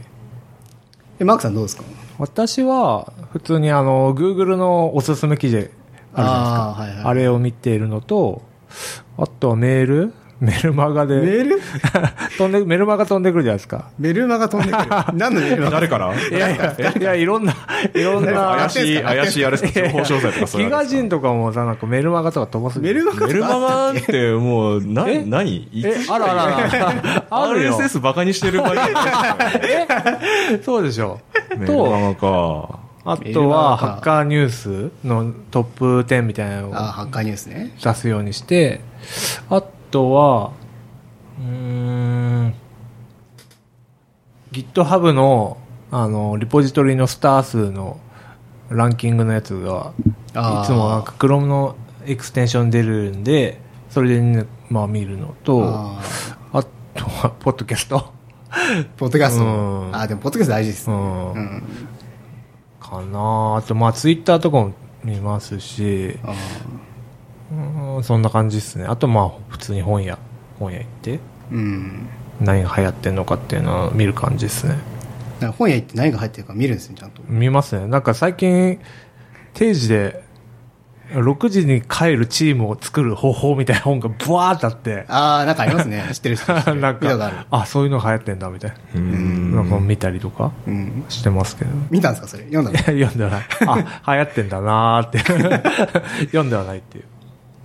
えマークさんどうですか私は普通にあの Google のおすすめ記事あるじゃないですかあーはいはいあれを見ているのと、あとはメールメルマガで。メール 飛んで、メルマガ飛んでくるじゃないですか。メルマが飛んで くる何のメルマガ誰からいやいや、いや、い ろんな、いろんな怪、しい、怪しいあれですか情報商材とかそうい飢うあ餓れです人とかもさ、なんかメルマガとか飛ばす。メルマガか。メルマガってもう、な、え何いえ、あらあら あら。あるよ。 RSS バカにしてる場合じ ゃないそうでしょ。メルマと、ガか。あメルとマガは、かハッカーニュースのトップ10みたいなのをあハッカーニュースね出すようにして、あとは、うーん、GitHub の、あの、リポジトリのスター数のランキングのやつが、あーいつもなんか Chrome のエクステンション出るんで、それでね、まあ見るのと、ああーとは、ポッドキャストポッドキャストうんあーでもポッドキャスト大事ですうねん、うんかなあと、まあ Twitter とかも見ますし、あうんそんな感じですね。あと、まあ、普通に本屋、本屋行って、ーうん何が流行ってんのかっていうのは見る感じですね。なんか本屋行って何が入ってるか見るんですね、ちゃんと。見ますね。なんか最近、定時で、6時に帰るチームを作る方法みたいな本がブワーってあって、ああ、なんかあります ね。知ってる人ななん見たことあかる。、あ、そういうの流行ってんだみたいうんな。なんか見たりとかうん。してますけど。 見たんですか、それ。読んだの読んだら、あ、流行ってんだなーって。 読んではないっていう。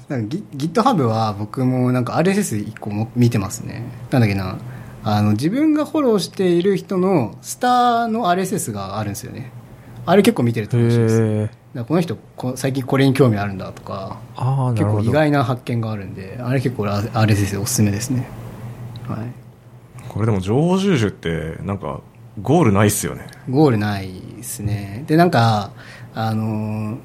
なんかギ GitHub は僕もなんか RSS1 個も見てますね。なんだっけな。あの、自分がフォローしている人のスターの RSS があるんですよね。あれ結構見てると面白いです。だかへえ。らこの人こ最近これに興味あるんだとか、ああ、な結る構ほ意ど。外な発見があるんで、あれ結構 RSS おすすめですね。はい。これでも情報収集ってなんかゴールないっすよねゴールないですね。で、なんか、あのー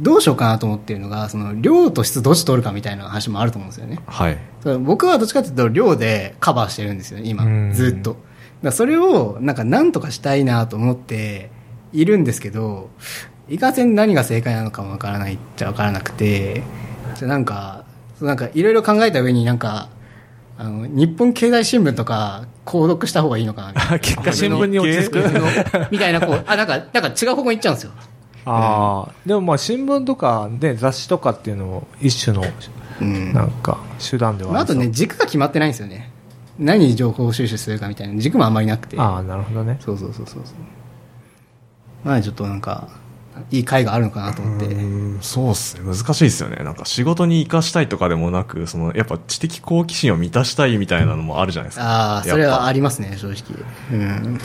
どうしようかなと思ってるのが、その、量と質どっち取るかみたいな話もあると思うんですよね。はいそれ僕はどっちかっていうと、量でカバーしてるんですよね、うん。今、ずっと。だからそれを、なんか、なんとかしたいなと思っているんですけど、いかんせん何が正解なのかもわからないっちゃわからなくて、じゃあなんか、そうなんか、いろいろ考えた上になんか、あの、日本経済新聞とか、購読した方がいいのかなみたいな結果新聞に落ち着く。みたい な、こう、あ、なんか、なんか違う方向に行っちゃうんですよ。ああ、でもまあ新聞とかで雑誌とかっていうのも一種の、うんなんか、手段ではまあ、あとね、ですよ軸が決まってないんですよね。何に情報収集するかみたいな軸もあんまりなくて。ああ、なるほどね。そうそうそうそうそう。まあ、ちょっとなんか、いい回があるのかなと思って。うんそうっすね難しいっすよねなんか仕事に生かしたいとかでもなくそのやっぱ知的好奇心を満たしたいみたいなのもあるじゃないですかああ、それやっぱはありますね、正直。うん。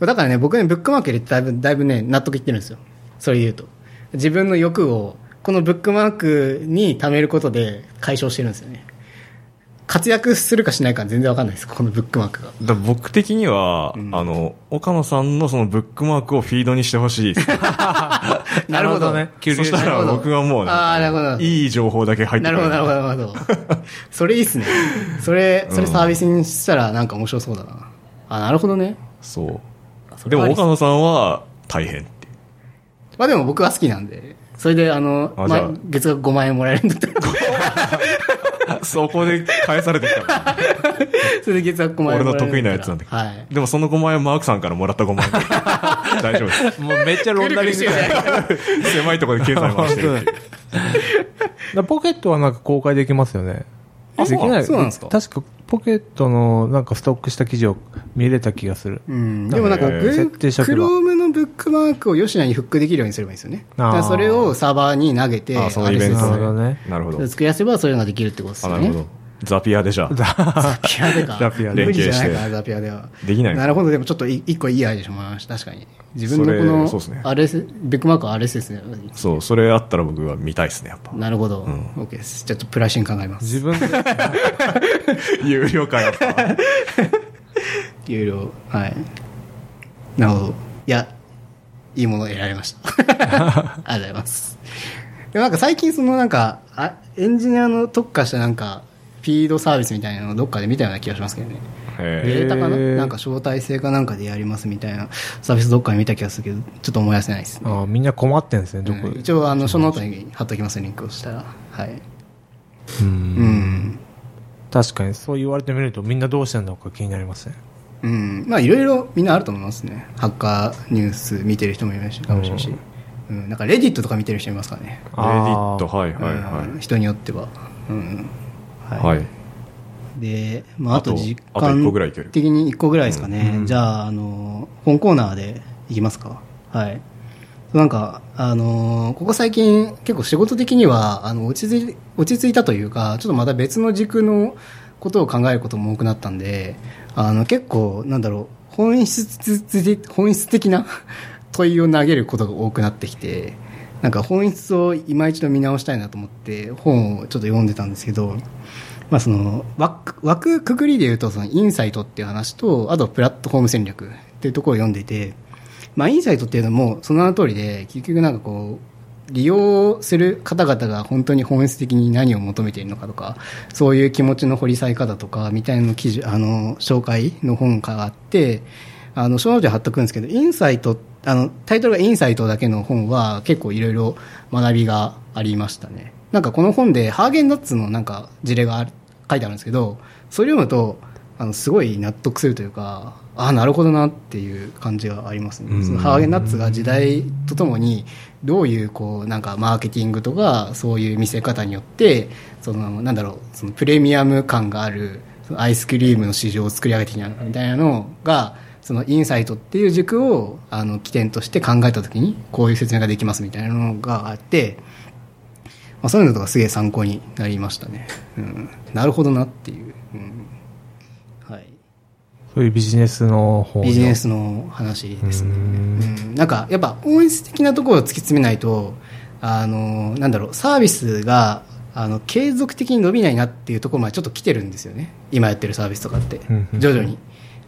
だからね、僕ね、ブックマーク入れてだいぶ、だいぶね、納得いってるんですよ。それ言うと。自分の欲を、このブックマークに貯めることで解消してるんですよね。活躍するかしないか全然わかんないです、このブックマークが。だから僕的には、あの岡野さんのそのブックマークをフィードにしてほしい っすなるほどね。そしたら僕はもうねああ、なるほど。いい情報だけ入ってなくるほど、なるほど、なるほど。それいいっすね。それ、それサービスにしたらなんか面白そうだな。あ、なるほどね。そうそれではもありっす岡野さんは大変ってまあでも僕は好きなんで。それで、あの、あまじゃああ、月額5万円もらえるんだったら、 そこで返されてきたからそれで月額5万円も俺のらえる得意だなったらやつなんだけど。はい。でもその5万円マークさんからもらった5万円。 大丈夫です。もうめっちゃロンダリングくるくるしてる狭いところで経済回してるっていう。だポケットはなんか公開できますよね。あそうできない。そうなんですか確かポケットのなんかストックした記事を見れた気がする。うん、でもなんか、なんか設定しとけば Chrome のブックマークを吉野にフックできるようにすればいいんですよね。あーだからそれをサーバーに投げて、あ、そのイベン RSS なるトほどねね。なるほど。で作り出せばそれができるってことですあ、よなね。るほど。ザピアでじゃあ。ザピアでか。ザピアで無理じゃない連携かしな、ザピアでは。できないのなるほど、でもちょっとい一個いいアイデアしました、確かに。自分のこそれそうっすねの、RS、ビッグマークは RSS ね。そう、それあったら僕は見たいですね、やっぱ。なるほど。OK です。ちょっとプライシング考えます。自分 で、有料化や っぱ。有料。はい。なるほど。いや、いいもの得られま した。ありがとうございます。でもなんか最近そのなんか、あエンジニアの特化したなんか、フィードサービスみたいなのをどっかで見たような気がしますけどね。えデータかなへーなんか招待制かなんかでやりますみたいなサービスどっかで見た気がするけど、ちょっと思い出せないですね。ああみんな困ってんですね、どこ。うん一応、あの、書ノートに貼っときます、リンクをしたら。はい。ううんん。確かにそう言われてみるとみんなどうしてんのか気になりますね。うん。まあ、いろいろみんなあると思いますね。ハッカーニュース見てる人もいるし、かもしれないし。うん。なんか、レディットとか見てる人いますからね。レディット、あーはいはいうんは人によっては。うん。い。はい。で、まあ、あとあと時あと一個ぐらい間いける的に1個ぐらいですかね。じゃあ、あの、本コーナーでいきますか。はい。なんか、あのここ最近結構仕事的には、あの、落ち着い、落ち着いたというか、ちょっとまた別の軸のことを考えることも多くなったんで、あの、結構、なんだろう、本質的、本質的な 問いを投げることが多くなってきて、なんか本質を今一度見直したいなと思って、本をちょっと読んでたんですけど、まあ、その枠枠くくりで言うとそのインサイトっていう話とあとプラットフォーム戦略っていうところを読んでいて、まあ、インサイトっていうのもその名の通りで結局なんかこう利用する方々が本当に本質的に何を求めているのかとかそういう気持ちの掘り下げ方とかみたいなの記事あの紹介の本があってあの、小ノートに貼っとくんですけど、インサイト、あの、タイトルがインサイトだけの本は結構いろいろ学びがありましたね。なんかこの本でハーゲンダッツのなんか事例がある書いてあるんですけど、それ読むと、あのすごい納得するというかああなるほどなっていう感じがありますうねんそのハーゲンダッツが時代とともにどういうこうなんかマーケティングとかそういう見せ方によってそのなんだろうそのプレミアム感があるそのアイスクリームの市場を作り上げてきたみたいなのがそのインサイトっていう軸をあの起点として考えた時にこういう説明ができますみたいなのがあって、まあ、そういうのとかすげえ参考になりましたね、うん、なるほどなっていう、うんはい、そういうビジネスの方のビジネスの話ですねうーんうんなんかやっぱ本質的なところを突き詰めないとあのなんだろうサービスがあの継続的に伸びないなっていうところまでちょっと来てるんですよね今やってるサービスとかってうんうん徐々に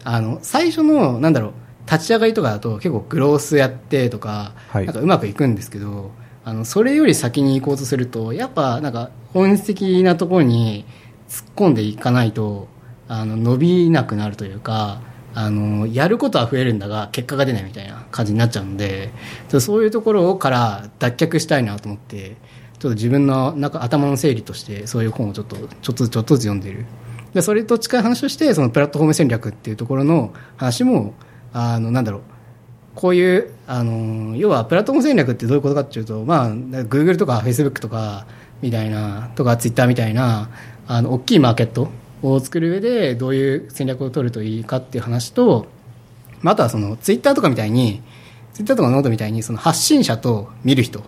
あの最初のなんだろう立ち上がりとかだと結構グロースやってとか,、はいなんかうまくいくんですけどあのそれより先に行こうとするとやっぱなんか本質的なところに突っ込んでいかないとあの伸びなくなるというかあのやることは増えるんだが結果が出ないみたいな感じになっちゃうのでちょっとそういうところから脱却したいなと思ってちょっと自分の中頭の整理としてそういう本をちょっとちょっとずつちょっとずつ読んでるでそれと近い話としてそのプラットフォーム戦略っていうところの話もあのなんだろうこういう、あの要はプラットフォーム戦略ってどういうことかっていうと、まあ、Google とか Facebook とかみたいな、とか Twitter みたいな、あの、大きいマーケットを作る上で、どういう戦略を取るといいかっていう話と、まあ、あとはその Twitter とかみたいに、Twitter とかノートみたいに、その発信者と見る人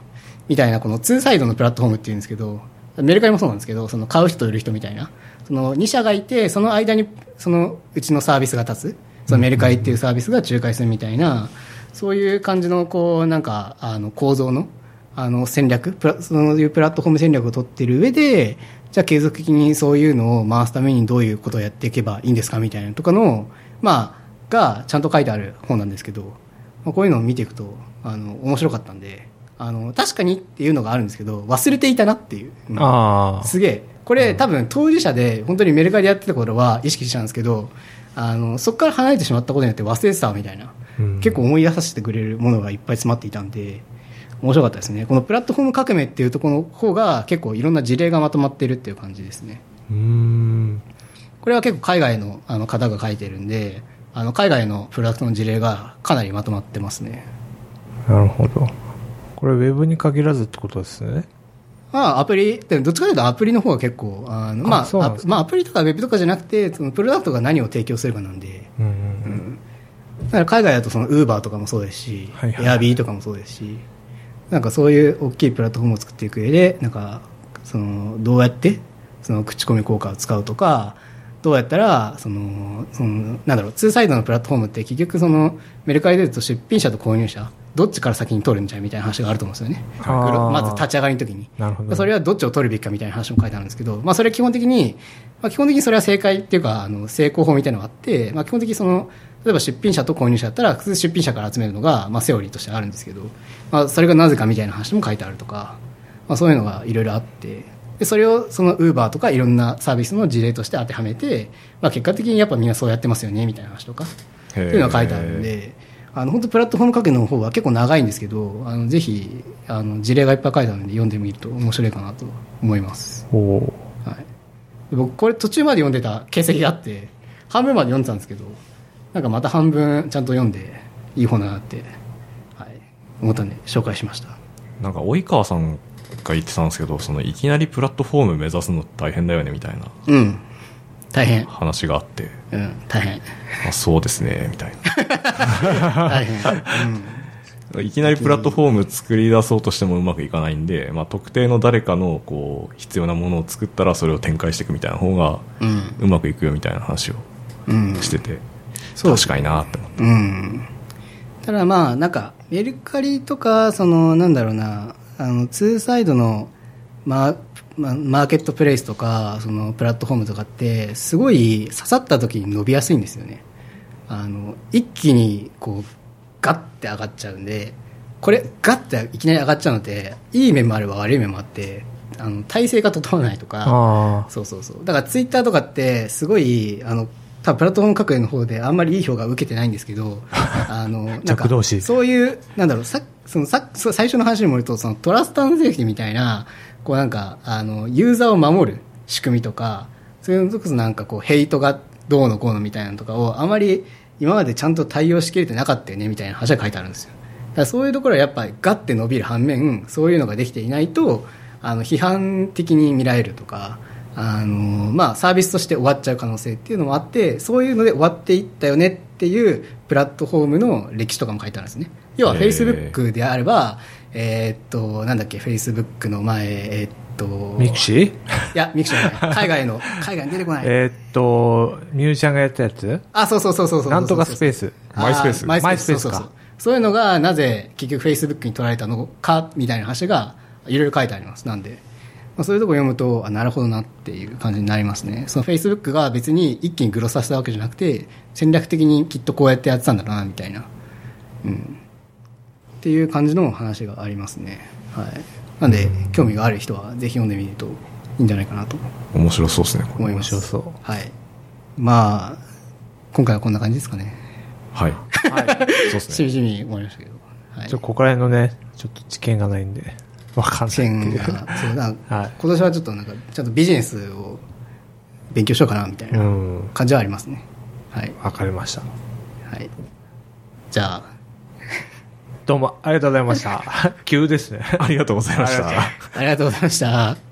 みたいな、この2サイドのプラットフォームっていうんですけど、メルカリもそうなんですけど、その買う人と売る人みたいな、その2社がいて、その間にそのうちのサービスが立つ、そのメルカリっていうサービスが仲介するみたいな、そういう感じの、こう、なんか、あの、構造の、あの、戦略、プラそういうプラットフォーム戦略を取ってる上で、じゃあ継続的にそういうのを回すためにどういうことをやっていけばいいんですかみたいなとかの、まあ、がちゃんと書いてある本なんですけど、まあ、こういうのを見ていくと、あの、面白かったんで、あの、確かにっていうのがあるんですけど、忘れていたなっていう。うんああすげえ。これ多分当事者で本当にメルカリやってた頃は意識したんですけど、あの、そこから離れてしまったことによって忘れてたみたいな、うん結構思い出させてくれるものがいっぱい詰まっていたんで、面白かったですね。このプラットフォーム革命っていうところの方が結構いろんな事例がまとまってるっていう感じですね。うーんこれは結構海外のあの方が書いてるんで、あの海外のプロダクトの事例がかなりまとまってますね。なるほどこれウェブに限らずってことですねまあ、アプリ、でもどっちかというとアプリの方が結構、あのまあそうなんでアすプまあ、アプリとかウェブとかじゃなくて、そのプロダクトが何を提供するかなんで、うんうんだから海外だとその Uber とかもそうですし、はいはい Airb とかもそうですし、なんかそういう大きいプラットフォームを作っていく上で、なんか、その、どうやって、その、口コミ効果を使うとか、どうやったら、その、その、なんだろう、ツーサイドのプラットフォームって結局その、メルカリで言うと出品者と購入者、どっちから先に取るんじゃみたいな話があると思うんですよね。あーグロまず立ち上がりの時に。なるほどそれはどっちを取るべきかみたいな話も書いてあるんですけど、まあ、それは基本的に、まあ、基本的にそれは正解っていうかあの成功法みたいなのがあって、まあ、基本的にその例えば出品者と購入者だったら普通出品者から集めるのが、まあ、セオリーとしてあるんですけど、まあ、それがなぜかみたいな話も書いてあるとか、まあ、そういうのがいろいろあってでそれをそのウーバーとかいろんなサービスの事例として当てはめて、まあ、結果的にやっぱみんなそうやってますよねみたいな話とか。てっていうのが書いてあるんで、あの本当プラットフォームけの方は結構長いんですけど、あのぜひあの事例がいっぱい書いてあるんで読んでみると面白いかなと思います。おーはい、で僕これ途中まで読んでた形跡があって、半分まで読んでたんですけど、なんかまた半分ちゃんと読んでいい本だなって、はい、思ったんで紹介しました。なんか及川さんが言ってたんですけどそのいきなりプラットフォーム目指すの大変だよねみたいなうん。大変。話があってうん、大変。あそうですねみたい大変。うん。ないきなりプラットフォーム作り出そうとしてもうまくいかないんで、まあ、特定の誰かのこう必要なものを作ったらそれを展開していくみたいな方がうん。うまくいくよみたいな話をうん。してて、そう確かになって思ってうん。ただまあ、なんか、メルカリとか、その、なんだろうな、あの、ツーサイドの、まあ、まあマーケットプレイスとか、その、プラットフォームとかって、すごい刺さった時に伸びやすいんですよね。あの、一気に、こう、ガッて上がっちゃうんで、これ、ガッていきなり上がっちゃうので、いい面もあれば悪い面もあって、あの、体勢が整わないとか、あそうそうそう。だからツイッターとかって、すごい、あの、多分プラットフォーム革命の方であんまりいい評価を受けてないんですけど、あの、なん弱か、同士そういう、なんだろう、さそのさそう最初の話にもると、そのトラスタンセーフティみたいな、こうなんか、あの、ユーザーを守る仕組みとか、そういうのこそなんかこう、ヘイトがどうのこうのみたいなのとかをあまり今までちゃんと対応しきれてなかったよねみたいな話が書いてあるんですよだからそういうところはやっぱりガッて伸びる反面そういうのができていないとあの批判的に見られるとかあの、まあ、サービスとして終わっちゃう可能性っていうのもあってそういうので終わっていったよねっていうプラットフォームの歴史とかも書いてあるんですね要はへ Facebook ーであればえーっとなんだっけ Facebook の前えーっとミクシーいや、ミクシーじゃない。海外の、海外に出てこない。えーっと、ミュージシャンがやったやつあ、そうそうそうそうそう。なんとかスペース。あ。マイスペースマイマイススペペーーススそかうそうそう。そういうのが、なぜ結局 Facebook に取られたのか、みたいな話が、いろいろ書いてあります。なんで、まあ、そういうとこ読むと、あ、なるほどなっていう感じになりますね。その Facebook が別に一気にグロさせたわけじゃなくて、戦略的にきっとこうやってやってたんだろうな、みたいな。うん。っていう感じの話がありますね。はい。なんで、興味がある人は、ぜひ読んでみるといいんじゃないかなと面白そうですね、これ思います。面白そうはい。まあ、今回はこんな感じですかね。はい。そうですしね。みじみ思いましたけど。はいちょ、。ここら辺のね、ちょっと知見がないんで、わかんないって線いう。が、そうだ、はい、今年はちょっとなんか、ちゃんとビジネスを勉強しようかな、みたいうなん感じはありますね。はい。わかりました。はい。じゃあ、どうもありがとうございました。急ですね。ありがとうございましありがとうございましたた。ありがとうございました。